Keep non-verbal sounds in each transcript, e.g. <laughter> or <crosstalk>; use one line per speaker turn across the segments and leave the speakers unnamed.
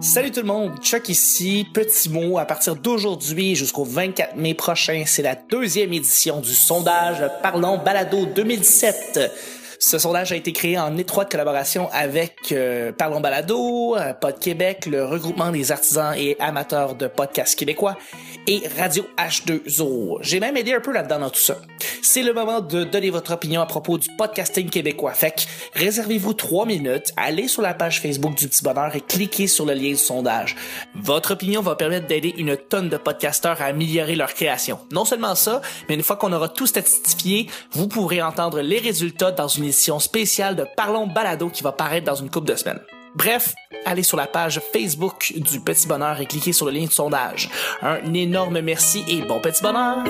Salut tout le monde, Chuck ici. Petit mot, à partir d'aujourd'hui jusqu'au 24 mai prochain, c'est la deuxième édition du sondage Parlons Balado 2017. Ce sondage a été créé en étroite collaboration avec euh, Parlons Balado, euh, Pod Québec, le regroupement des artisans et amateurs de podcasts québécois et Radio H2O. J'ai même aidé un peu là-dedans dans tout ça. C'est le moment de donner votre opinion à propos du podcasting québécois. Fait que réservez-vous trois minutes, allez sur la page Facebook du Petit Bonheur et cliquez sur le lien du sondage. Votre opinion va permettre d'aider une tonne de podcasteurs à améliorer leur création. Non seulement ça, mais une fois qu'on aura tout statistifié, vous pourrez entendre les résultats dans une édition spéciale de Parlons Balado qui va paraître dans une coupe de semaines. Bref, allez sur la page Facebook du Petit Bonheur et cliquez sur le lien de sondage. Un énorme merci et bon Petit Bonheur!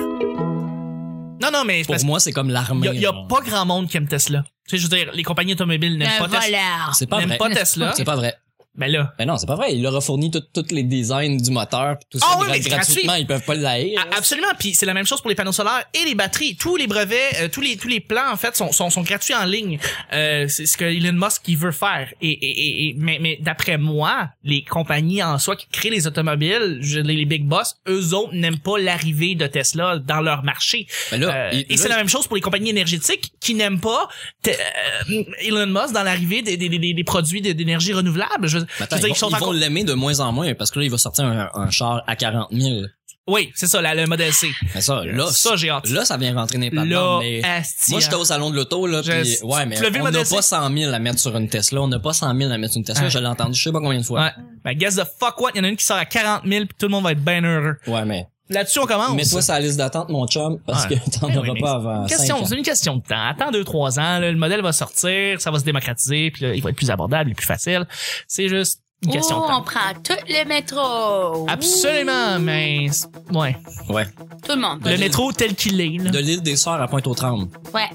Non, non, mais c'est
Pour
parce
moi, c'est comme l'armée.
qu'il y a, y a
genre.
pas grand monde qui aime Tesla. Tu sais, je veux dire, les compagnies automobiles n'aiment pas
Le
Tesla.
voleur.
C'est Ah, pas
Même
vrai.
pas Tesla.
C'est pas vrai.
Mais là,
Mais non, c'est pas vrai. Il leur a fourni tout- tous les designs du moteur, pis tout ça
Ah oui,
gra-
mais c'est
gratuitement.
gratuit.
Ils peuvent pas le haïr.
a- absolument. Puis c'est la même chose pour les panneaux solaires et les batteries. Tous les brevets, euh, tous les tous les plans en fait sont sont, sont gratuits en ligne. Euh, c'est ce que Elon Musk il veut faire. Et, et, et- et- mais mais d'après moi, les compagnies en soi qui créent les automobiles, je- les les big boss, eux autres n'aiment pas l'arrivée de Tesla dans leur marché.
Mais là,
Euh,
il-
et
là,
c'est la même chose pour les compagnies énergétiques qui n'aiment pas te- euh, Elon Musk dans l'arrivée des, des, des, des produits de- d'énergie renouvelable. Je, veux-
Mais
je
attends,
veux dire,
ils
ils sont
vont, ils
en-
vont l'aimer de moins en moins parce que là, il va sortir un, un char à 40 000.
Oui, c'est ça, la, le modèle C.
Mais ça, là,
ça, j'ai hâte.
là, ça vient rentrer n'importe
Là,
où. Mais
asti,
moi, j'étais
hein.
au salon de l'auto, là,
Je-
puis
tu-
ouais, mais
tu l'as vu, le
on n'a
modèle C?
pas 100 000 à mettre sur une Tesla, on n'a pas 100 000 à mettre sur une Tesla,
Ouais.
je l'ai entendu, je sais pas combien de fois.
Ouais. Ben, guess the fuck what? Il y en a une qui sort à 40 000 puis tout le monde va être bien heureux.
Ouais, mais
Là-dessus, on commence.
mets-toi sur la liste d'attente, mon chum, parce
Ouais.
que t'en
Ben oui,
auras
mais
pas avant cinq
Question,
ans.
c'est une question de temps. Attends deux, trois ans, là, le modèle va sortir, ça va se démocratiser, puis là, il va être plus abordable et plus facile. C'est juste une question
Ouh,
de
Oh, on
temps.
prend tout le métro.
Absolument, mais c'est- ouais.
Ouais.
Tout le monde.
Le métro tel qu'il est. Là.
De l'île des Sœurs à Pointe-aux-Trembles.
Ouais.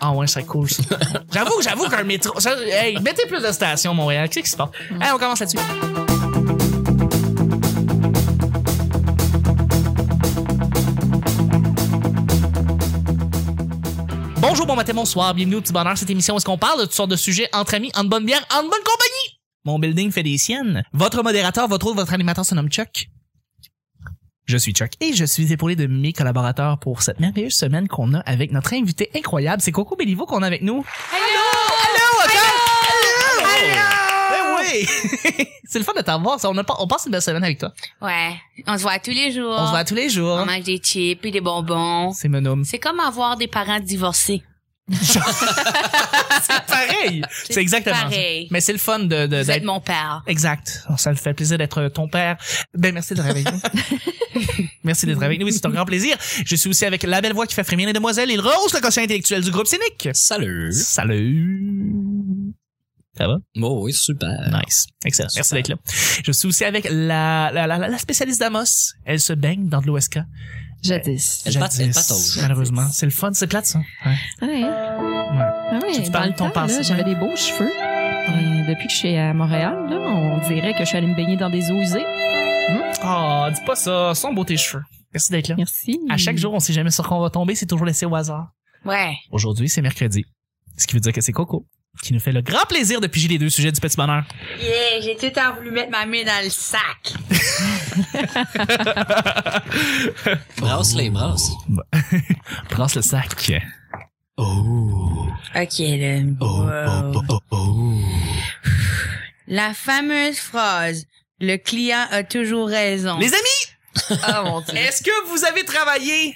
Ah ouais, c'est cool ça. j'avoue, j'avoue qu'un métro. ça- hey, mettez plus de stations, Montréal. Qu'est-ce qui se passe? Hey, on commence là-dessus. Bonjour, bon matin, bonsoir, bienvenue au petit bonheur. Cette émission, où est-ce qu'on parle de toutes sortes de sujets entre amis, en bonne bière, en bonne compagnie? Mon building fait des siennes. Votre modérateur, votre autre, votre animateur se nomme Chuck. Je suis Chuck et je suis épaulé de mes collaborateurs pour cette merveilleuse semaine qu'on a avec notre invité incroyable. C'est Coco Béliveau qu'on a avec nous. Allô, attends! Allô! Ben oui! <laughs> C'est le fun de t'avoir. ça. On, a pas- on passe une belle semaine avec toi.
Ouais. On se voit tous les jours.
On se voit tous les jours.
On mange des chips et des bonbons.
C'est mon homme.
C'est comme avoir des parents divorcés.
<laughs> C'est pareil! C'est exactement ça.
pareil.
Mais c'est le fun de, de-
Vous êtes
Euh, d'être...
mon père.
Exact. Ça me fait plaisir d'être ton père. Ben, merci d'être avec <laughs> nous. merci d'être avec nous. Oui, c'est un grand plaisir. Je suis aussi avec la belle voix qui fait frémir les demoiselles et le rose, le quotient intellectuel du groupe Cynique.
Salut! Euh,
Salut! Ça va?
Bon, oui, super.
Nice. Excellent. Merci
Super.
d'être là. Je suis aussi avec la, la, la, la- la spécialiste d'Amos. Elle se baigne dans de l'OSK.
Jadis.
Elle pat- elle patauge.
Malheureusement. C'est le fun. C'est plate, ça. Ouais.
Ouais. Ah ouais,
Tu
dans
parles
le
de ton
temps, là,
passé.
J'avais des beaux cheveux. Et depuis que je suis à Montréal, là, on dirait que je suis allée me baigner dans des eaux usées.
Oh, dis pas ça. Sont beaux tes cheveux. Merci d'être là.
Merci.
À chaque jour, on sait jamais sur quoi on va tomber. C'est toujours laissé au hasard.
Ouais.
Aujourd'hui, c'est mercredi. Ce qui veut dire que c'est Coco qui nous fait le grand plaisir de piger les deux sujets du petit bonheur.
Yeah, j'ai tout le temps voulu mettre ma main dans le sac.
Brasse les brasses.
Oh. Bah. <laughs> Brasse le sac.
Oh.
OK, là.
Oh,
Wow. La fameuse phrase « Le client a toujours raison
Les ». amis!
Oh mon
<laughs>
Dieu.
Est-ce que vous avez travaillé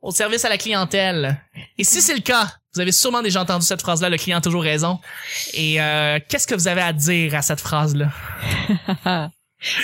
au service à la clientèle? Et si c'est le cas, vous avez sûrement déjà entendu cette phrase-là, le client a toujours raison. Et euh, qu'est-ce que vous avez à dire à cette phrase-là?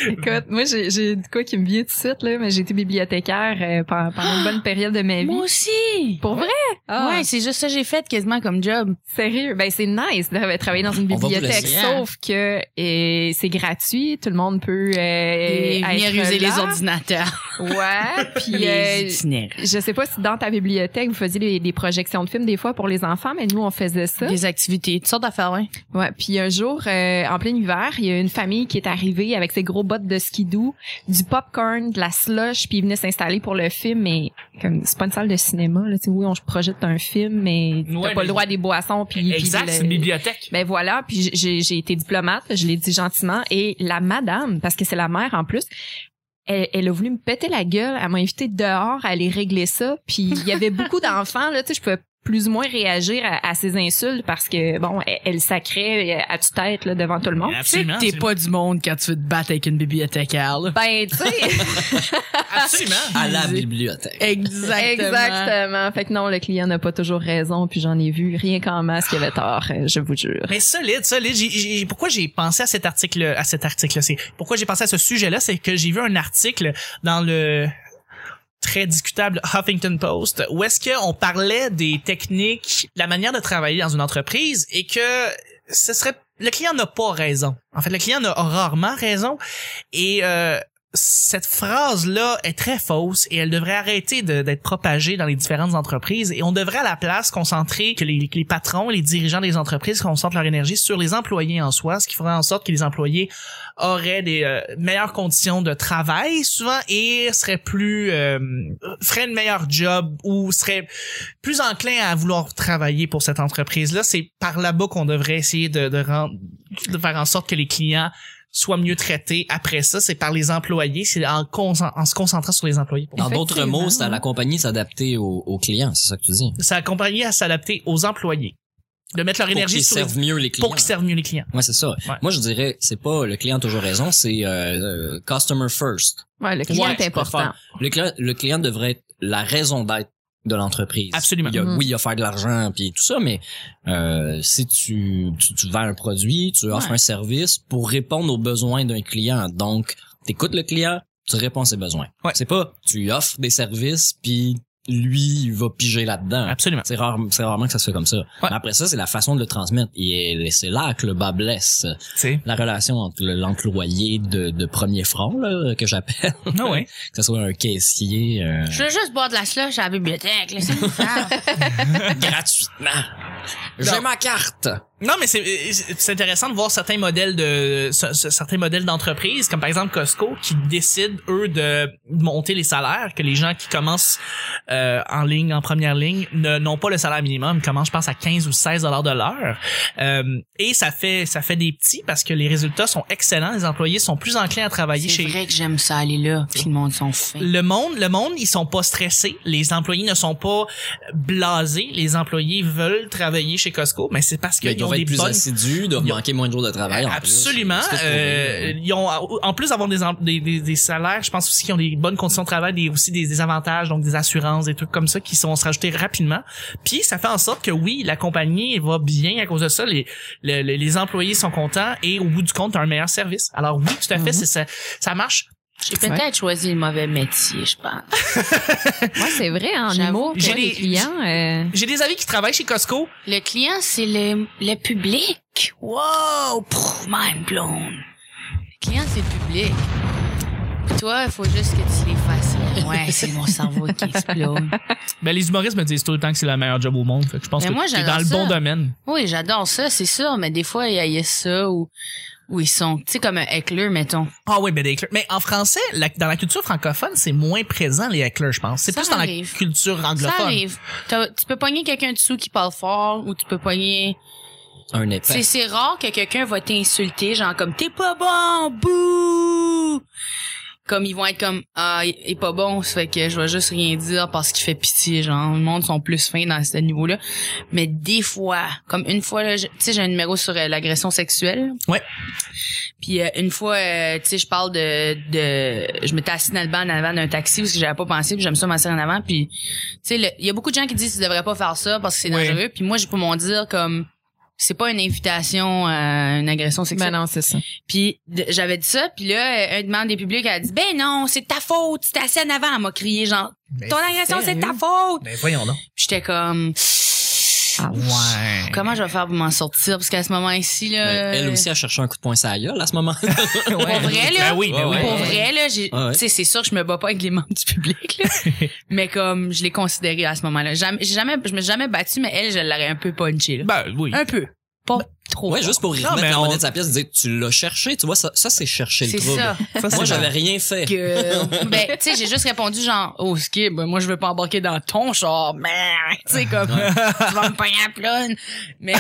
Écoute, moi, j'ai j'ai de quoi qui me vient tout de suite, là, mais j'ai été bibliothécaire euh, pendant, pendant une bonne période de ma vie.
Eh, Moi aussi!
Pour vrai? Ah,
Ouais, c'est juste ça que j'ai fait quasiment comme job.
Sérieux? Ben, c'est nice de travailler dans une
On va vous
bibliothèque,
laisser, hein?
sauf que euh, c'est gratuit, tout le monde peut euh,
Et venir
être
user
là.
les ordinateurs,
<laughs> Ouais, puis
les
euh,
itinéraires,
je sais pas si dans ta bibliothèque, vous faisiez des, des projections de films des fois pour les enfants, mais nous, on faisait ça.
les activités, toutes sortes d'affaires, ouais.
Ouais, puis un jour, euh, en plein hiver, il y a une famille qui est arrivée avec ses gros bottes de skidoo, du popcorn, de la slush, puis ils venaient s'installer pour le film, mais comme c'est pas une salle de cinéma, là, tu sais, oui, on se projette un film, mais t'as
Ouais,
pas
mais-
le droit à des boissons, puis... puis
Exact,
le-
c'est une
<laughs>
bibliothèque.
ben voilà, puis j- j'ai j'ai été diplomate, je l'ai dit gentiment, et la madame, parce que c'est la mère en plus, elle, elle a voulu me péter la gueule, elle m'a invité dehors à aller régler ça, puis il y avait <laughs> beaucoup d'enfants, là, tu sais, je pouvais plus ou moins réagir à, à ces insultes parce que, bon, elle, elle sacrait euh, à toute tête là, devant tout le monde.
Absolument.
T'es pas du monde quand tu veux te battre avec une bibliothécaire, là.
Ben, tu <laughs> sais,
Absolument.
À la bibliothèque.
<laughs> Exactement.
exactement. Fait que non, le client n'a pas toujours raison, puis j'en ai vu rien qu'en masse qui avait tort, euh, je vous jure.
Mais solide, solide. J'ai- j'ai- pourquoi j'ai pensé à cet article, à cet article, c'est pourquoi j'ai pensé à ce sujet-là, c'est que j'ai vu un article dans le très discutable Huffington Post où est-ce qu'on parlait des techniques, la manière de travailler dans une entreprise et que ce serait le client n'a pas raison. En fait, le client n'a rarement raison et euh, cette phrase-là est très fausse et elle devrait arrêter de- d'être propagée dans les différentes entreprises et on devrait à la place concentrer que les, que les patrons, les dirigeants des entreprises concentrent leur énergie sur les employés en soi, ce qui ferait en sorte que les employés auraient des euh, meilleures conditions de travail souvent et seraient plus euh, feraient une meilleure job ou seraient plus enclins à vouloir travailler pour cette entreprise-là. C'est par là-bas qu'on devrait essayer de, de, rendre, de faire en sorte que les clients soient mieux traités après ça, c'est par les employés, c'est en, concent- en se concentrant sur les employés.
Dans d'autres
Effectivement.
mots, c'est à la compagnie s'adapter aux, aux clients, c'est ça que tu dis.
C'est accompagné à s'adapter aux employés, de mettre leur
Pour
énergie
qu'ils
sur les-
servent mieux les clients.
pour qu'ils servent mieux les clients.
Ouais, c'est ça.
Ouais.
Moi, je dirais, c'est pas le client a toujours raison, c'est euh, euh, customer first.
Ouais, le client
Ouais,
est
je
important.
préfère. Le client, le client devrait être la raison d'être de l'entreprise.
Absolument.
Il y a-
Mm.
Oui, il a faire de l'argent puis tout ça, mais euh, si tu, tu tu vends un produit, tu offres un service pour répondre aux besoins d'un client. Donc, t'écoutes le client, tu réponds à ses besoins.
Ouais.
C'est pas tu lui offres des services puis lui il va piger là-dedans.
Absolument.
C'est rare, c'est rarement que ça se fait comme ça. Mais après ça, c'est la façon de le transmettre. Et c'est là que le bas blesse.
C'est.
La relation entre le- l'employé de, de premier front, là, que j'appelle, <laughs>
Non Ah ouais.
que ce soit un caissier euh,
Je veux juste boire de la slush à la bibliothèque, <laughs> laissez-moi faire.
gratuitement. J'ai
Non.
ma carte.
Non, mais c'est euh, c'est intéressant de voir certains modèles de ce- ce- certains modèles d'entreprises, comme par exemple Costco, qui décident eux de monter les salaires, que les gens qui commencent euh, en ligne, en première ligne, ne- n'ont pas le salaire minimum, commencent je pense à 15 ou 16 dollars de l'heure, Euh, et ça fait ça fait des petits parce que les résultats sont excellents, les employés sont plus enclins à travailler
C'est
chez
vrai que j'aime ça aller là, puis le monde s'en fait.
le monde, le monde, ils sont pas stressés. Les employés ne sont pas blasés. Les employés veulent travailler chez Costco, mais c'est parce
Ben, Ils
qu'ils ont
doivent
des
être plus
bonnes
assidus, doivent
Ils ont-
manquer moins de jours de travail. en plus.
Absolument.
C'est tout pour
Euh,
eux.
ils ont en plus d'avoir des, em- des, des, des salaires, je pense aussi qu'ils ont des bonnes conditions de travail, des aussi des, des avantages, donc des assurances, des trucs comme ça qui sont se rajouter rapidement. Puis ça fait en sorte que oui, la compagnie va bien à cause de ça. Les le- le- les employés sont contents et au bout du compte, t'as un meilleur service. Alors oui, tout à
Mm-hmm.
fait, c'est ça, ça marche.
J'ai peut-être choisi le mauvais métier, je pense.
Ouais, c'est vrai, en
J'avoue.
humour, toi,
J'ai
les
des-
clients... euh,
J'ai des amis qui travaillent chez Costco.
Le client, c'est le, le public. Wow! Pff, mind blown. Le client, c'est le public. Puis toi, il faut juste que tu les fasses. <laughs> Ouais, c'est mon cerveau qui explose.
Ben les humoristes me disent tout le temps que c'est le meilleur job au monde. Fait que je pense
Mais
que
Ben, moi,
t'es
j'adore
dans le bon
ça.
domaine.
Oui, j'adore ça, c'est sûr, mais des fois, il y a- il y a ça où, où ils sont, tu sais, comme un heckler, mettons.
Ah oui, ben des éclairs. Mais en français, la- dans la culture francophone, c'est moins présent les éclairs, je pense. C'est
Ça
plus dans la
arrive.
culture anglophone.
Ça arrive. T'as- Tu peux pogner quelqu'un dessous qui parle fort ou tu peux pogner...
euh, Un
C'est,
épais.
hein?
c'est rare que quelqu'un va t'insulter, genre comme « t'es pas bon, bouh! » Comme ils vont être comme « ah, il il est pas bon, ça fait que je vais juste rien dire parce qu'il fait pitié, genre, le monde sont plus fins dans ce niveau-là. » Mais des fois, comme une fois, là, je- tu sais, j'ai un numéro sur euh, l'agression sexuelle.
Ouais.
Puis euh, une fois, euh, tu sais, je parle de, de... Je m'étais assis dans le banc en avant d'un taxi parce que j'avais pas pensé, puis j'aime ça m'asseoir en avant, puis... Tu sais, le- il y a beaucoup de gens qui disent « tu devrais pas faire ça parce que c'est
Ouais.
dangereux puis moi, j'ai pas mon dire comme c'est pas une invitation à une agression
Ben
sexuelle.
non, c'est ça.
Puis de- j'avais dit ça, puis là, euh, un demande des publics, elle a dit ben non, c'est de ta faute, tu t'es assis en avant, elle m'a crié genre
Ben,
ton agression c'est de ta
sérieux?
faute.
Ben voyons donc.
Puis J'étais comme Ah,
Ouais.
comment je vais faire pour m'en sortir parce qu'à ce moment-ci là,
euh,
Mais Ben, Elle aussi a cherché un coup de poing sur la gueule à ce moment.
pour vrai là,
Ben oui, ben oui.
Ouais,
pour
ouais.
vrai là, j'ai-
Ouais, ouais.
tu sais, c'est sûr que je me bats pas avec les membres du public là,
<laughs>
mais comme je l'ai considéré à ce moment-là, jamais, j'ai jamais, je me suis jamais battue, mais elle, je l'aurais un peu punchée là,
Ben oui.
un peu, pas trop.
Ouais,
fort.
juste pour y
Non,
remettre
mais
la
on-
monnaie de sa pièce, dire tu l'as cherché, tu vois, ça, ça c'est chercher le
C'est
trouble.
ça.
Ça, c'est
Moi,
vrai.
j'avais rien fait.
que <laughs> ben tu sais j'ai juste répondu genre oh skip ben, moi je veux pas embarquer dans ton char mais tu sais comme <laughs> tu vas me payer à plane
<laughs>
mais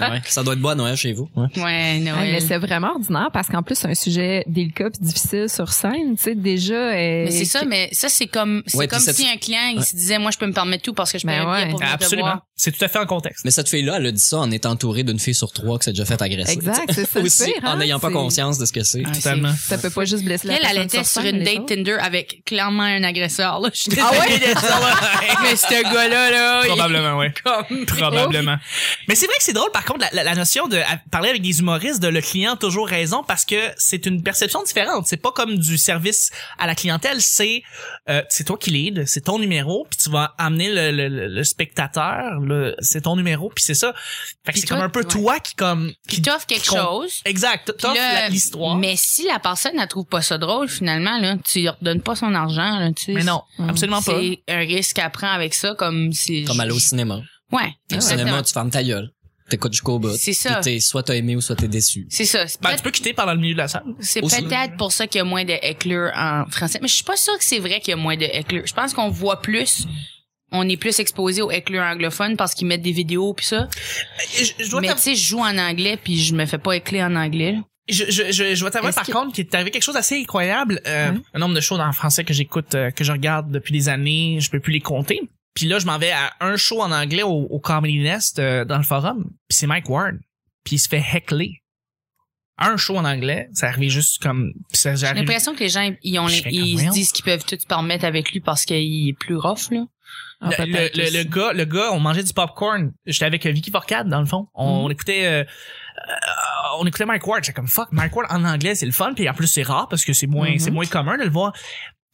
Ouais, ça doit être bon à Noël chez vous. Ouais.
ouais
Ah, mais
Noël
c'est vraiment ordinaire parce qu'en plus c'est un sujet délicat pis difficile sur scène, tu sais déjà. euh,
mais c'est ça mais ça c'est comme c'est
Ouais,
comme
puis ça-
si un client il
Ouais.
se disait moi je peux me permettre tout parce que je paye
Ben
un billet
ouais.
pour venir te
Absolument.
voir.
C'est tout à fait en contexte.
Mais cette fille-là, elle a dit ça en étant entourée d'une fille sur trois qui s'est déjà fait agresser.
Exact, c'est ça. le
Aussi,
pire,
en
hein,
n'ayant pas
c'est-
conscience de ce que c'est.
Ouais,
Totalement.
c'est-
Ça peut pas juste blesser la
elle, elle
personne
était sur
scène,
une
les
date
autres.
Tinder avec clairement un agresseur là je suis
<laughs>
<laughs>
Ah ouais?
désolée de ça, là. mais ce gars là là il-
Probablement, oui. <laughs>
comme
Probablement. Mais c'est vrai que c'est drôle, par contre, la, la- la notion de à- parler avec des humoristes, de le client a toujours raison, parce que c'est une perception différente. C'est pas comme du service à la clientèle, c'est euh, c'est toi qui lead, c'est ton numéro, puis tu vas amener le, le- le- le spectateur, le- c'est ton numéro, puis c'est ça. Fait que
Puis
c'est
toi,
comme un peu
ouais.
toi qui comme
qui t'offre quelque
qui compte.
chose
exact,
Puis
t'offres
là,
la- l'histoire. Mais,
Mais si la personne ne trouve pas ça drôle, finalement, là, tu lui redonnes pas son argent, là, tu sais.
non, absolument pas.
Mm. C'est un risque à prendre avec ça, comme si.
Comme aller au cinéma.
Ouais.
Au
exactement.
cinéma, tu fermes ta gueule. T'écoutes jusqu'au bout.
C'est ça.
Puis t'es- soit t'as aimé ou soit t'es déçu.
C'est ça. C'est
Ben,
peut-être-
tu peux quitter par dans le milieu de la salle.
c'est
Aussi-
peut-être pour ça qu'il y a moins de hecklers en français. Mais je suis pas sûre que c'est vrai qu'il y a moins de hecklers. Je pense qu'on voit plus. On est plus exposé aux hecklers anglophones parce qu'ils mettent des vidéos puis ça.
Je, je dois
Mais
t'avouer-
tu sais, je joue en anglais puis je me fais pas heckler en anglais. là.
je, je, je, je dois t'avouer
Est-ce
par
que- Hein?
contre qu'il est arrivé quelque chose d'assez incroyable. Euh, Un nombre de shows en français que j'écoute, euh, que je regarde depuis des années, je peux plus les compter. Puis là, je m'en vais à un show en anglais au, au Comedy Nest euh, dans le forum. Puis c'est Mike Ward. Puis il se fait heckler. Un show en anglais, ça arrivait juste comme... puis ça
J'ai
j'arrive-
l'impression que les gens, ils, ont,
Je fais comme,
ils se
voyons.
disent qu'ils peuvent tout se permettre avec lui parce qu'il est plus rough, là.
Ah,
le, le,
peut-être
le- le
aussi.
gars, le gars, on mangeait du popcorn. J'étais avec euh, Vicky Forcade dans le fond. On,
Mm-hmm.
on écoutait, euh, euh, on écoutait Mike Ward. J'étais comme fuck, Mike Ward en anglais, c'est le fun. Puis en plus, c'est rare parce que c'est moins,
Mhm.
c'est moins commun de le voir.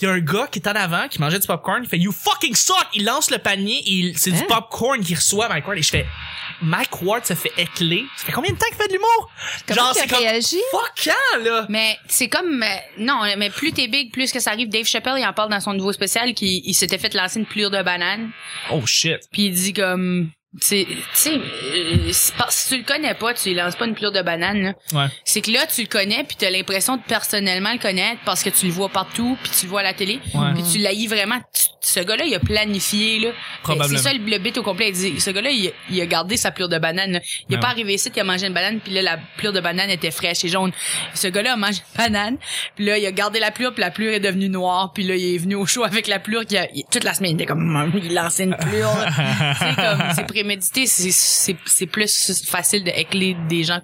Il y a un gars qui est en avant, qui mangeait du popcorn. Il fait you fucking suck. Il lance le panier. Il, c'est du
Hein?
popcorn qu'il reçoit Mike Ward. Et je fais Mike Ward se fait écler. Ça fait combien de temps qu'il fait de l'humour
Comment
Ah,
Genre
tu
c'est comme
réagis?
fuck hein, là.
Mais c'est comme euh, non, mais plus t'es big, plus que ça arrive. Dave Chappelle, il en parle dans son nouveau spécial qu'il il s'était fait lancer une pliure de banane,
Oh shit.
puis il dit comme c'est- tu sais, euh, c'est parce- si tu le connais pas, tu lui lances pas une pliure de banane. là.
Ouais.
C'est que là, tu le connais, puis t'as l'impression de personnellement le connaître parce que tu le vois partout, puis tu le vois à la télé,
Ouais.
Mm-hmm.
puis tu l'haïs vraiment. Tu- ce gars-là, il a planifié là.
Probablement.
C'est ça le, le bit au complet. Il dit, ce gars-là, il, a- il a gardé sa pure de banane. là. Il est
Ah
pas
ouais.
arrivé ici, il a mangé une banane, puis là, la pure de banane était fraîche et jaune. Ce gars-là a mangé une banane, puis là, il a gardé la pure, puis la pure est devenue noire, puis là, il est venu au show avec la pure. qui a, il- toute la semaine, il était comme, Hum, il lançait une pure.
<laughs>
là. c'est comme, c'est prémédité, c'est- c'est c'est plus facile de heckler des gens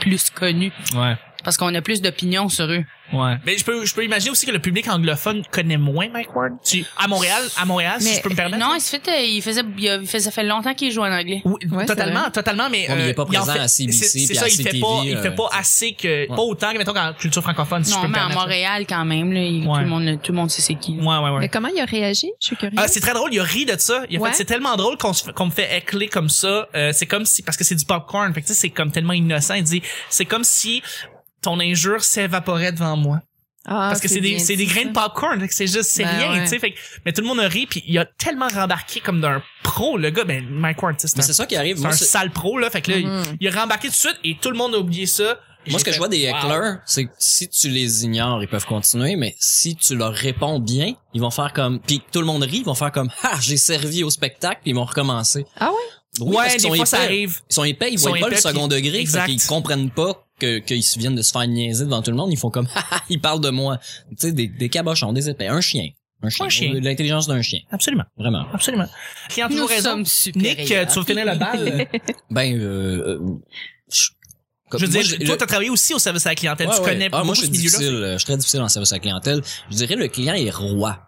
plus connus,
Ouais.
parce qu'on a plus d'opinions sur eux.
Ouais. Mais je peux, je peux imaginer aussi que le public anglophone connaît moins Mike Ward. Tu, à Montréal, à Montréal, si
Mais,
je peux me permettre.
Non, il se fait, euh, il faisait, il a- il faisait, ça fait longtemps qu'il joue en anglais.
Oui,
Ouais, c'est
totalement,
vrai.
totalement, mais,
Ouais, mais il est
euh,
pas présent
en fait-
à CBC
c'est- C'est
puis
ça,
à
il fait
CTV,
pas, il
euh,
fait pas assez que, pas autant que mettons qu'en culture francophone, si je
non,
peux me
mais à
permettre.
Montréal, quand même, là, il-
Ouais.
tout, le monde, tout le monde sait c'est qui. là.
Ouais, ouais,
Mais
ouais.
comment il a réagi? Je suis curieuse.
Ah, c'est très drôle, il a ri de ça. Il a
Ouais.
fait, c'est tellement drôle qu'on se fait- qu'on me fait écler comme ça. Euh, c'est comme si, parce que c'est du popcorn, fait que tu sais, c'est comme tellement innocent. Il dit, c'est comme si ton injure s'évaporait devant moi.
Ah,
parce que c'est des,
bien
c'est des
dit,
grains de
ça.
popcorn, fait que c'est juste, c'est
Ben
rien,
ouais.
tu sais. Fait que- mais tout le monde a ri, puis il a tellement rembarqué comme d'un pro, le gars, ben, Mike Ward, tu sais, c'est
Mais
un-
c'est ça qui arrive.
c'est
Moi,
un
c'est-
sale pro, là. Fait que là,
Mhm.
il, il a rembarqué tout de suite et tout le monde a oublié ça.
Moi, ce que je vois des
éclairs
hecklers, c'est que si tu les ignores, ils peuvent continuer, mais si tu leur réponds bien, ils vont faire comme, puis tout le monde rit, ils vont faire comme, ah, j'ai servi au spectacle, puis ils vont recommencer.
Ah ouais?
Oui,
ouais,
parce
des
qu'ils
fois,
sont
ça
épais.
arrive.
Ils sont épais, ils
Ils sont
voient pas le
épais,
second
puis-
degré,
exact.
fait qu'ils comprennent pas que qu'ils se viennent de se faire niaiser devant tout le monde. Ils font comme, <laughs> ah, ah, ils parlent de moi. Tu sais, des, des cabochons, des épais, un chien, un chien,
Un chien.
l'intelligence d'un chien,
Absolument,
vraiment.
absolument. Client a
Nous
toujours raison.
sommes supérieurs.
Nick, euh, tu vas finir la
<laughs>
balle.
Ben, euh, euh, je,
je veux
moi,
dire,
j'ai-
toi,
le-
t'as travaillé aussi au service à la clientèle. tu
Ouais, ouais.
connais
ah,
beaucoup
moi, je
ce
suis
milieu-là.
difficile. euh, Je suis très difficile en service à la clientèle. Je dirais le client est roi.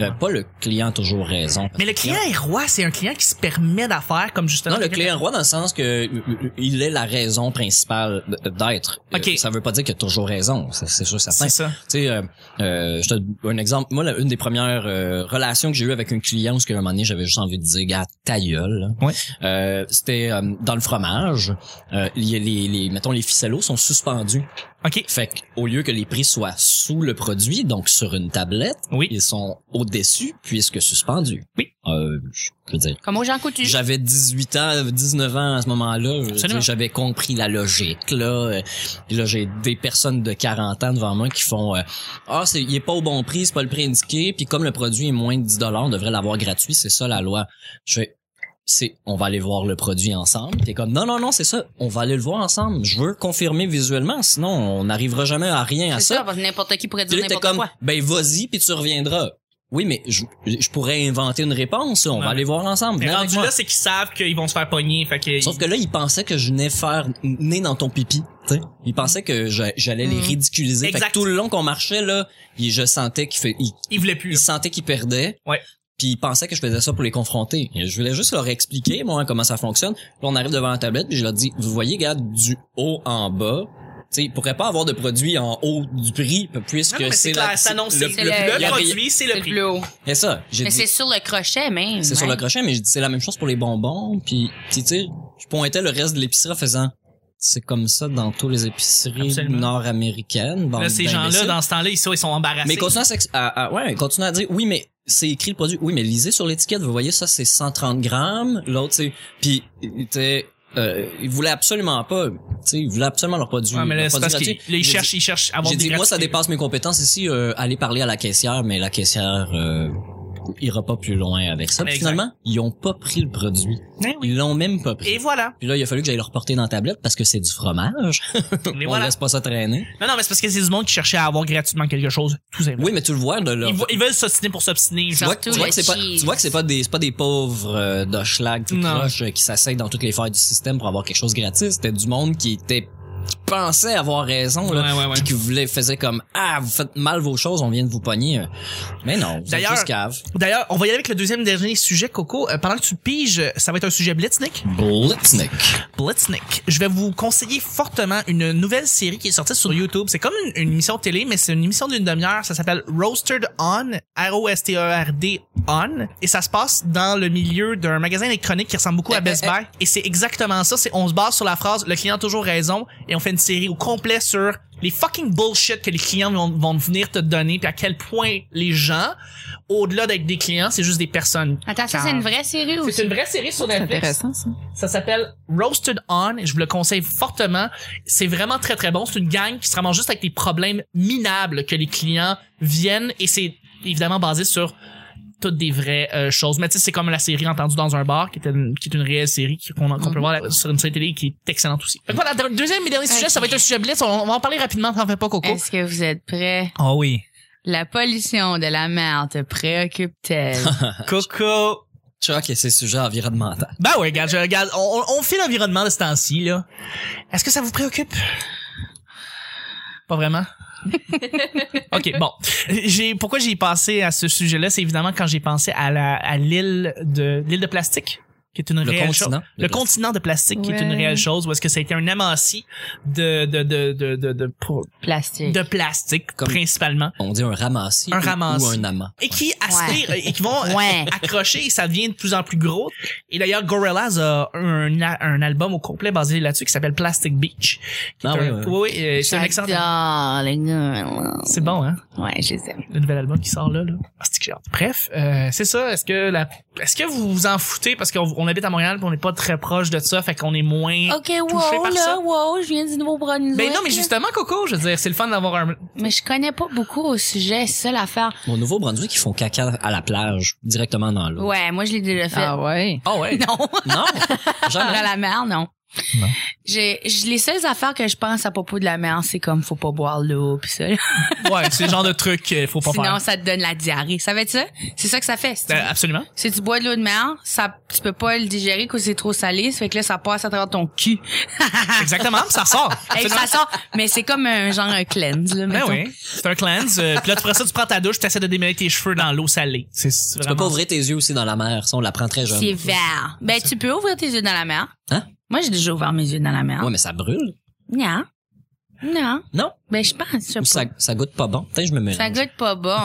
Euh, Pas le client a toujours raison.
Mais le client est roi, c'est un client qui se permet d'affaires comme justement.
Non, le client est roi dans le sens que euh, euh, il est la raison principale d- d'être. Euh,
Ok.
Ça veut pas dire qu'il a toujours raison. C'est c'est sûr certain.
C'est ça.
Tu sais, euh, euh, je te donne un exemple. Moi, la- une des premières euh, relations que j'ai eues avec une cliente, parce qu'à un moment donné, j'avais juste envie de dire, gars, ta gueule. là.
Ouais.
Euh, C'était euh, dans le fromage. Euh, les, les, les- mettons, les ficellos sont suspendus
OK.
Fait qu'au lieu que les prix soient sous le produit, donc sur une tablette,
Oui.
ils sont au-dessus puisque suspendus.
Oui.
Euh, je veux dire,
Comme aux gens coutus.
j'avais 18 ans, 19 ans à ce moment-là. Je veux
Absolument.
dire, J'avais compris la logique, là. Euh, Puis là, j'ai des personnes de 40 ans devant moi qui font euh, Ah, c'est, il est pas au bon prix, c'est pas le prix indiqué. Puis comme le produit est moins de 10 on devrait l'avoir gratuit. C'est ça, la loi. Je fais, c'est on va aller voir le produit ensemble. T'es comme non non non c'est ça, on va aller le voir ensemble. Je veux confirmer visuellement, sinon on n'arrivera jamais à rien à ça.
C'est ça, parce que n'importe qui pourrait
Puis
dire
là, t'es
n'importe
comme,
quoi.
ben vas-y, puis tu reviendras. Oui, mais je, je pourrais inventer une réponse. On
Ouais.
va aller voir ensemble.
Mais
Viens
rendu
avec moi.
là, c'est qu'ils savent qu'ils vont se faire pogner. Fait que
Sauf que là, il pensait que je venais faire né dans ton pipi. tu sais. Il pensait que je- j'allais les
Mhm.
ridiculiser. Fait
Hmm.
que
Exact.
tout le long qu'on marchait là, il- je sentais qu'il fait, il,
ils voulaient plus.
il sentait qu'il perdait.
Ouais.
Puis il pensait que je faisais ça pour les confronter. Et je voulais juste leur expliquer moi comment ça fonctionne. Là, on arrive devant la tablette, puis je leur dis, vous voyez, gars, du haut en bas. Tu sais, il pourrait pas avoir de produit en haut du prix
Non,
puisque
non, mais
c'est
c'est
la-
clair, c'est annoncé.
le-
Le,
le-
le
il y a-
produit, c'est
C'est
le
le
prix.
plus haut.
c'est ça. J'ai
Mais
dit-
c'est sur le crochet, même.
c'est sur le crochet, mais je dis c'est la même chose pour les bonbons. Puis tu sais, je pointais le reste de l'épicerie en faisant. C'est comme ça dans tous les épiceries
Absolument.
nord-américaines. bande
Là, ces gens-là,
d'imbéciles. dans
dans ce temps-là, ils sont, ils sont embarrassés.
mais continuez à, s'ex- à- à- ouais, continuez à dire oui, mais c'est écrit le produit. Oui, mais lisez sur l'étiquette. Vous voyez ça, c'est 130 grammes. L'autre, c'est puis il était, euh, ils voulaient absolument pas. Tu sais, ils voulaient absolument leur produit.
Ouais, mais là,
leur
c'est
produit
parce qu'ils
gratuit.
là, ils
J'ai
cherchent, ils cherchent à avoir
j'ai
des
dit, moi, ça
gratuités.
dépasse mes compétences ici. Euh, aller parler à la caissière, mais la caissière euh, ira pas plus loin avec ça. Puis
Exact.
finalement, ils ont pas pris le produit.
Eh oui.
Ils l'ont même pas pris.
Et <laughs> voilà.
Puis là, il a fallu que j'aille le reporter dans la tablette parce que c'est du fromage.
Mais
On
voilà.
laisse pas ça traîner.
Non, non, mais c'est parce que c'est du monde qui cherchait à avoir gratuitement quelque chose, tout simplement.
Oui, mais tu le vois, de leur...
Ils, vo- ils veulent s'obstiner pour s'obstiner.
tu
genre.
vois, que- tu
Surtout
vois
le
que c'est pas,
cheese.
tu vois que c'est pas des, c'est pas des pauvres euh, d'Hochelag tout
Non.
croche, euh, qui s'asseyent dans toutes les failles du système pour avoir quelque chose gratis. C'était du monde qui était, qui pensait avoir raison, là.
Ouais, ouais, ouais.
Puis qui voulait, faisait comme, ah, vous faites mal vos choses, on vient de vous pogner. Mais non, vous êtes
D'ailleurs-
juste cave.
D'ailleurs, on va y aller avec le deuxième dernier sujet, Coco. Euh, pendant que tu piges, euh, ça va être un sujet Blitznik.
Blitznik.
Blitznik. Je vais vous conseiller fortement une nouvelle série qui est sortie sur YouTube. C'est comme une, une émission de télé, mais c'est une émission d'une demi-heure. Ça s'appelle Roasted On, R-O-S-T-E-R-D E On. Et ça se passe dans le milieu d'un magasin électronique qui ressemble beaucoup à
Eh,
Best
eh,
Buy. Et c'est exactement ça. C'est on se base sur la phrase le client a toujours raison et on fait une série au complet sur les fucking bullshit que les clients vont, vont venir te donner puis à quel point les gens au-delà d'être des clients, c'est juste des personnes.
Attends, ça, c'est une vraie série aussi.
C'est une vraie série sur
C'est
Netflix.
intéressant, ça.
Ça s'appelle Roasted On. et Je vous le conseille fortement. C'est vraiment très très bon. C'est une gang qui se ramasse juste avec des problèmes minables que les clients viennent et c'est évidemment basé sur toutes des vraies euh, choses. Mais tu sais, c'est comme la série Entendu dans un bar qui est une, qui est une réelle série qui- qu'on
Mhm.
qu'on peut voir là- sur une série télé qui est excellente aussi. Fait que Voilà, le deuxième et dernier sujet,
Ok.
ça va être un sujet blitz. On, on va en parler rapidement, t'en fais pas Coco.
Est-ce que vous êtes prêts?
Ah oui.
La pollution de la mer te <laughs> préoccupe-t-elle?
Coco.
Chuck et ses sujets environnementaux.
Ben ouais, regarde, je- regarde, on, on on fait l'environnement de ce temps-ci, là. Est-ce que ça vous préoccupe? Pas vraiment? OK, bon. J'ai, pourquoi j'ai pensé à ce sujet-là, c'est évidemment quand j'ai pensé à la, à l'île de, l'île de plastique, qui est une
Le
réelle chose.
continent.
Le continent de plastique, qui est une
Ouais.
réelle chose, où est-ce que ça a été un amassi de, de, de, de, de, de, pro-
Plastique.
de plastique,
Comme-
principalement.
On dit un ramassis.
Un
ou-
ramassis.
Ou un amas.
Et qui aspirent, et qui vont,
Ouais.
accroché et ça devient de plus en plus gros. Et d'ailleurs, Gorillaz a un, un album au complet basé là-dessus qui s'appelle Plastic Beach. qui est
Ah oui,
un-
oui,
oui, euh, c'est un excellent.
J'adore les gars.
C'est bon, hein?
Ouais, je les aime.
Le nouvel album qui sort là, là. Ah, c'est que j'ai hâte. Bref, euh, c'est ça. Est-ce que la, est-ce que vous vous en foutez parce qu'on on habite à Montréal puis on n'est pas très proche de ça, fait qu'on est moins.
Ok,
Touché
wow,
par
là,
ça?
wow, je viens du Nouveau-Brunswick.
Ben non, mais
là.
justement, Coco, je veux dire, c'est le fun d'avoir un.
Mais je connais pas beaucoup au sujet, c'est ça l'affaire.
Au Nouveau-Brunswick, ils font caca à la plage, directement dans l'eau.
Ouais, moi, je l'ai déjà fait.
Ah ouais.
Ah ouais?
<laughs> Non,
Non!
à
Jamais.
la mer, non.
Ah. Non.
J'ai, j'ai- les seules affaires que je pense à propos de la mer, c'est comme faut pas boire l'eau pis ça. là.
Ouais, c'est le genre de truc qu'il faut pas
Sinon,
faire.
ça te donne la diarrhée. Ça va être ça? C'est ça que ça fait. Si tu,
Ben, absolument.
si tu bois de l'eau de mer, ça, tu peux pas le digérer parce que c'est trop salé. Ça fait que là, ça passe à travers ton cul.
Exactement, ça sort.
Hey, ça sort, mais c'est comme un genre un cleanse, là.
Ah, Ben
mettons.
oui, c'est un cleanse. Euh, puis là, après ça, tu prends ta douche, tu essaies de démêler tes cheveux dans l'eau salée. C'est c'est
Tu peux pas
vraiment...
ouvrir tes yeux aussi dans la mer, ça, on l'apprend très jeune.
C'est vert. Ben, tu peux ouvrir tes yeux dans la mer.
Hein?
Moi, j'ai déjà ouvert mes yeux dans la mer.
Ouais, mais ça brûle.
Nya. Non.
Non?
Ben, je pense, je sais
Ou
pas.
ça, ça goûte pas bon? Peut-être que je me mélange.
Ça goûte pas bon.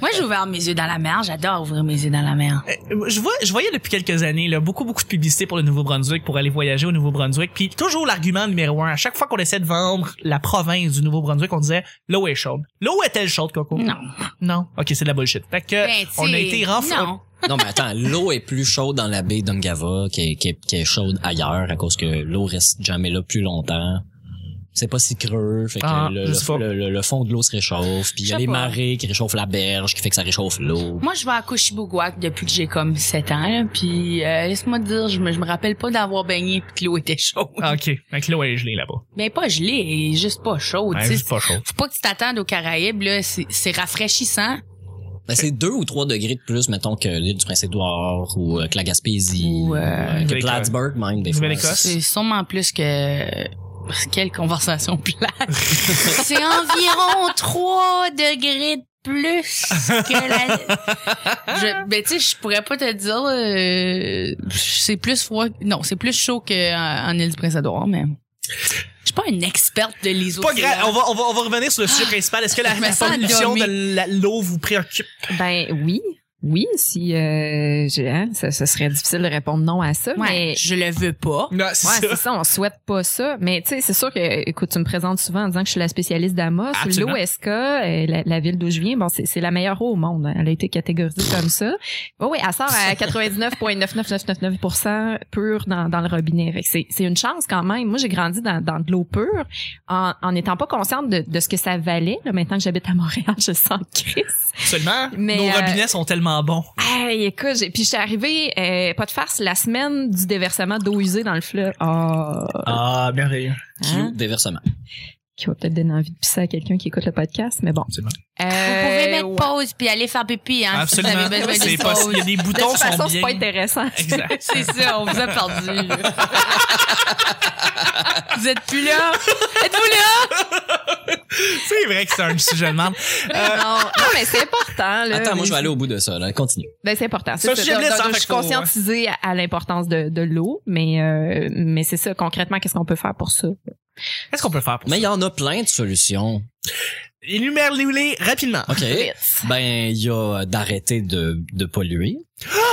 Moi, j'ai ouvert mes yeux dans la mer. J'adore ouvrir mes yeux dans la mer.
Euh, je vois je voyais depuis quelques années là, beaucoup beaucoup de publicité pour le Nouveau-Brunswick pour aller voyager au Nouveau-Brunswick puis toujours l'argument numéro un à chaque fois qu'on essaie de vendre la province du Nouveau-Brunswick on disait l'eau est chaude l'eau est-elle chaude Coco
Non.
non ok c'est de la bullshit fait que
Ben, tu
on a
sais,
été renforcé
Non.
Non, mais attends, l'eau est plus chaude dans la baie d'Ungava qui est, qui, est, qui est chaude ailleurs à cause que l'eau reste jamais là plus longtemps. C'est pas si creux, fait que
Ah,
le,
je sais
le-
pas.
le- le- le fond de l'eau se réchauffe, puis il y
Je
a
sais
les
pas.
marées qui réchauffent la berge, qui fait que ça réchauffe l'eau.
Moi, je vais à Kouchibouguac depuis que j'ai comme 7 ans. là, Puis, euh, laisse-moi te dire, je me, je me rappelle pas d'avoir baigné puis que l'eau était chaude.
ok fait que l'eau est gelée là-bas
Mais Ben, pas gelée, elle est juste pas chaude.
Ouais,
tu sais.
juste pas chaude
Faut pas que tu t'attendes aux Caraïbes, là. C'est c'est rafraîchissant.
Ben, c'est deux ou trois degrés de plus, mettons, que l'île du Prince-Édouard ou euh, que la Gaspésie,
Ou, euh,
euh, que
Nouvelle-Écosse.
Plattsburgh même, des fois.
Nouvelle-Écosse.
C'est sûrement plus que... euh, Quelle conversation plate. <laughs> C'est environ 3 degrés de plus que <laughs> la... Je, ben, tu sais, je pourrais pas te dire... euh, c'est plus froid... Non, c'est plus chaud qu'en île du Prince-Édouard, mais... Je suis pas une experte de l'ISO.
pas grave on va, on va on va revenir sur le sujet principal est-ce que la,
Je me
la
sens
pollution
endormie.
de la- l'eau vous préoccupe
Ben oui. Oui, si euh, j'ai- hein, ça, ça serait difficile de répondre non à ça, mais
je le veux pas.
non c'est
Ouais,
ça
c'est ça, on souhaite pas ça. Mais tu sais, c'est sûr que, écoute, tu me présentes souvent en disant que je suis la spécialiste d'Amos.
Absolument.
L'OSK, euh, la, la ville d'où je viens, bon, c'est c'est la meilleure eau au monde. hein. Elle a été catégorisée comme ça. Oh oui, elle sort
<laughs>
à 99,99999% pure dans, dans le robinet. Fait que C'est c'est une chance quand même. Moi, j'ai grandi dans, dans de l'eau pure en en n'étant pas consciente de, de ce que ça valait. Là, maintenant que j'habite à Montréal, <laughs> je sens crise.
absolument
Mais,
nos
euh,
robinets sont tellement bons
Hey, écoute, j'ai- puis je suis arrivée, euh, pas de farce, la semaine du déversement d'eau usée dans le fleuve. Ah,
ah merveilleux
hein,
Cute déversement.
qui va peut-être donner envie de pisser à quelqu'un qui écoute le podcast, mais bon.
Absolument.
Euh,
Vous pouvez mettre
ouais.
pause puis aller faire pipi, hein. si vous
absolument
avez besoin
Ah, c'est
d'une
possible
<laughs> pause.
il y a des
De
boutons
toute
qui sont
façon, c'est
bien
pas intéressant.
exact
C'est ça, on vous a perdu. <laughs> vous êtes plus là. Êtes-vous là?
<laughs> C'est vrai que c'est un sujet de merde. Euh,
Non, non, mais c'est important. Là,
Attends, moi, je vais aller au bout de ça, là. Continue.
Ben, c'est important.
Ça,
C'est
je
Donc,
laisse
donc,
en
je
fait
suis
pour,
hein.
conscientisée à, à l'importance de, de l'eau, mais euh, mais c'est ça. Concrètement, qu'est-ce qu'on peut faire pour ça
Qu'est-ce qu'on peut faire pour ça?
Mais il y en a plein de solutions.
Énumère-les rapidement.
OK.
Vite.
Ben, il y a euh, d'arrêter de, de polluer.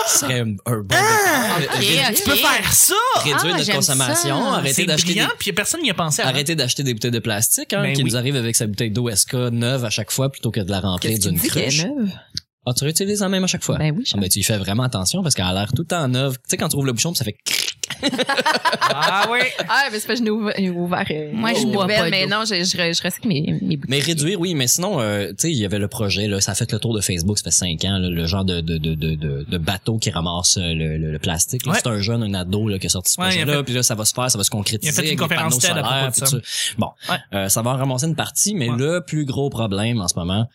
Ce serait un bon
Ah!
départ.
Ok,
Ré-
ok.
Tu peux faire ça!
Réduire
Ah,
notre
j'aime
consommation,
ça.
arrêter
C'est
d'acheter des,
brillant, puis personne n'y a pensé avant.
arrêter d'acheter des bouteilles de plastique, hein,
Ben
qui
oui.
nous arrive avec sa bouteille d'eau SK neuve à chaque fois plutôt que de la remplir
Qu'est-ce que tu
d'une
dis qu'elle
cruche.
est neuve?
Ah, tu réutilises en même à chaque fois.
Ben oui,
Ah, ben, tu y fais vraiment attention parce qu'elle a l'air tout le temps neuve. Tu sais, quand tu ouvres le bouchon, puis ça fait
Ah oui!
Ah, mais c'est parce que je n'ai ouvert. j'ai ouvert, euh,
Moi,
une
je bois
nouvelle,
pas
Mais
d'eau.
non, je, je, je recycle mes, mes bouteilles.
Mais réduire, oui, mais sinon, euh, tu sais, il y avait le projet, là, ça a fait le tour de Facebook, ça fait cinq ans, là, le genre de, de, de, de, de- de bateau qui ramasse euh, le, le- le plastique. là.
Ouais.
C'est un jeune, un ado là, qui a sorti ce
Ouais, il a
projet-là,
fait-
puis là, ça va se faire, ça va se concrétiser.
Il a fait une
avec des
conférence
panneaux
TED à propos
solaires,
de
puis
ça.
tout Bon,
Ouais.
euh, ça va en ramasser une partie, mais
Ouais.
le plus gros problème en ce moment,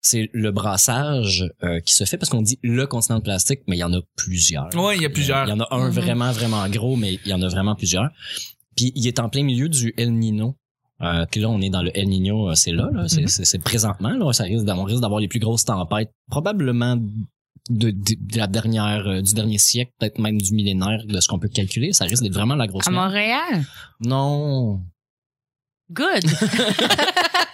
c'est le brassage euh, qui se fait parce qu'on dit le continent de plastique, mais il y en a plusieurs.
Ouais, il y a plusieurs.
Il y en a un
Mm-hmm.
Mhm.
vraiment, vraiment gros, mais il y en a vraiment plusieurs. Puis il est en plein milieu du El Nino. Euh, puis là, on est dans le El Nino, euh, c'est là, là c'est
Mm-hmm.
Mhm.
c'est- c'est présentement. Là, ça risque d'avoir- on risque d'avoir les plus grosses tempêtes, probablement de, de- de la dernière, euh, du dernier siècle, peut-être même du millénaire, de ce qu'on peut calculer. Ça risque d'être vraiment la grosse.
À Montréal?
Non,
Good.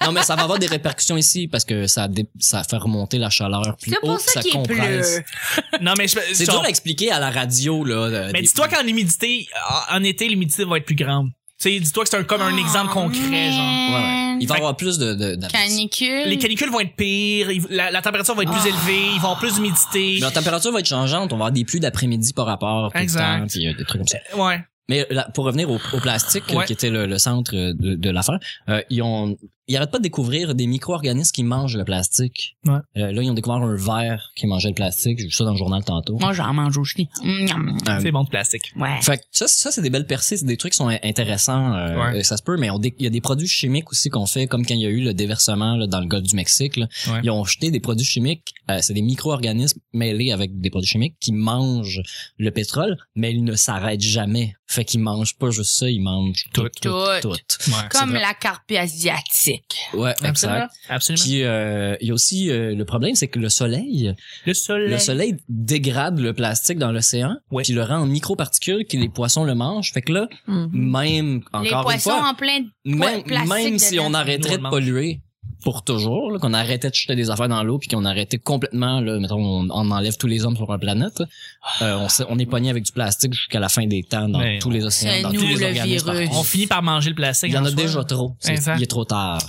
non, mais ça va avoir des répercussions ici parce que ça, dé- ça fait remonter la chaleur plus
C'est
haut,
pour
puis ça
ça qu'il est
compresse.
bleu.
Non, mais je,
C'est
genre-
dur à expliquer à la radio là. euh,
Mais
des-
dis-toi qu'en humidité, en, en été, l'humidité va être plus grande. Tu sais, dis-toi que c'est un, comme un
Ah,
exemple concret, genre.
Ouais, ouais. Il va y
Fait-
avoir plus de. de- d'averses.
Canicule.
Les canicules vont être pires, il- la, la température va être plus élevée, il va y avoir plus d'humidité.
Mais la température va être changeante. On va avoir des pluies d'après-midi par rapport. tout le
Exact.
temps, puis, euh, des trucs comme ça.
Ouais.
Mais euh, là, pour revenir au, au plastique, euh,
Ouais.
qui était le, le centre euh, de, de l'affaire, euh, ils ont ils arrêtent pas de découvrir des micro-organismes qui mangent le plastique.
Ouais.
Euh, là, ils ont découvert un verre qui mangeait le plastique. J'ai vu ça dans le journal tantôt.
Moi, j'en mange aussi. Miam.
Euh,
C'est bon de plastique.
Ouais.
Fait que ça, ça c'est des belles percées, c'est des trucs qui sont in- intéressants. euh,
Ouais.
euh, Ça se peut, mais on dé- il y a des produits chimiques aussi qu'on fait, comme quand il y a eu le déversement là, dans le golfe du Mexique. là.
Ouais.
Ils ont jeté des produits chimiques. euh, c'est des micro-organismes mêlés avec des produits chimiques qui mangent le pétrole, mais ils ne s'arrêtent jamais. Fait qu'ils mangent pas juste ça, ils mangent tout,
Tout.
tout, tout.
Ouais.
Comme
vrai.
la carpe asiatique. plastique.
Ouais,
Absolument.
exact.
Absolument.
Puis euh, il y a aussi euh, le problème, c'est que le soleil,
le soleil.
le soleil dégrade le plastique dans l'océan,
Ouais.
puis le rend en microparticules que les poissons le mangent. Fait que là,
Hmm.
même
les
encore une
poissons
fois,
en plein
même,
plastique
même si
dedans.
Nous,
on
on
arrêterait
le
de
mange.
polluer pour toujours, là, qu'on arrêtait de jeter des affaires dans l'eau, puis qu'on arrêtait complètement, là, mettons, on, on enlève tous les hommes sur la planète, euh, on, s'est- on est pogné avec du plastique jusqu'à la fin des temps dans
Mais
tous les océans,
C'est
dans
nous,
tous les
le
organismes.
virus.
partout.
On finit par manger le plastique.
Il y en a
soi.
déjà trop. C'est-
Exact.
Il est trop tard.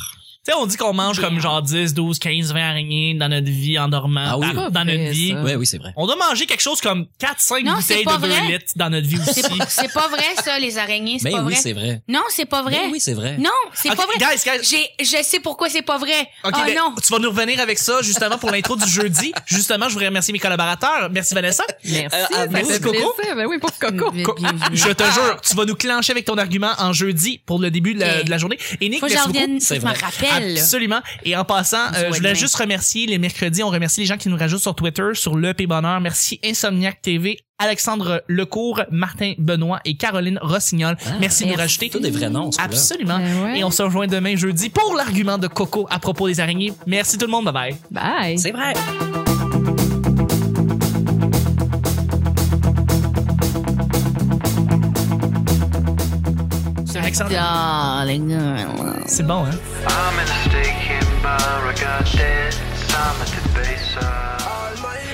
Tu sais, on dit qu'on mange comme genre 10, 12, 15, 20 araignées dans notre vie en dormant.
Ah oui.
par-
Pas
dans
vrai,
notre vie.
ça.
Ouais, oui, c'est vrai.
On doit manger quelque chose comme 4, 5
Non, c'est
bouteilles
pas
de 2
vrai.
litres dans notre vie aussi.
C'est c'est pas vrai, ça, les araignées. C'est
Ben
pas
oui,
vrai.
c'est vrai.
Non, c'est pas vrai.
Ben oui, c'est vrai.
Non, c'est
Ok,
pas vrai.
Guys, guys,
J'ai, je sais pourquoi c'est pas vrai.
OK,
oh
ben,
non.
tu vas nous revenir avec ça justement pour l'intro du jeudi. Justement, je voudrais remercier mes collaborateurs. Merci Vanessa.
Merci.
Euh,
ça
à vous,
fait
Coco?
plaisir. Ben oui, pour Coco.
Mais
Co-
bienvenue.
Je te jure, tu vas nous clencher avec ton argument en jeudi pour le début de la,
Ok.
de la journée. Et Nick,
Faut que
merci
j'en
beaucoup.
revienne,
c'est
je me
vrai.
rappelle.
Absolument. Et en passant,
Du
euh, je voulais
Wednesday.
juste remercier les mercredis. On remercie les gens qui nous rajoutent sur Twitter, sur Le P Bonheur. Merci Insomniac TV, Alexandre Lecourt, Martin Benoît et Caroline Rossignol. merci de nous
merci.
rajouter.
Tous Ah, des vrais noms, ceux-là.
Absolument.
Ben ouais.
Et on se rejoint demain jeudi pour l'argument de Coco à propos des araignées. Merci tout le monde. Bye bye.
Bye.
C'est vrai.
Alexandre.
Darling.
C'est bon, hein?
I'm in a staking bar, I got dead time at the base. uh,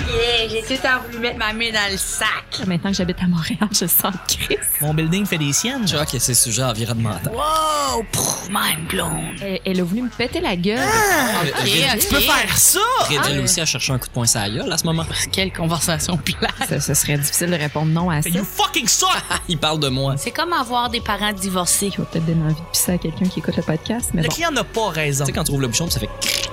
Yeah, j'ai tout à voulu mettre ma main dans le sac.
Maintenant que j'habite à Montréal, je sens le crise.
Mon building fait des siennes.
Chuck et ses sujets environnementaux.
Wow, pff, mind blown.
Elle, elle a voulu me péter la gueule.
ok. Ah.
Tu peux faire ça!
Riddle aussi a cherché un coup de poing sur la gueule à ce moment.
Quelle conversation plate.
Ça, ce serait difficile de répondre non à ça.
You fucking suck!
Il parle de moi.
C'est comme avoir des parents divorcés.
Je vais peut-être donner envie de pisser à quelqu'un qui écoute le podcast, mais
Le
bon.
client n'a pas raison.
Tu sais, quand on trouve le bouchon, puis ça fait...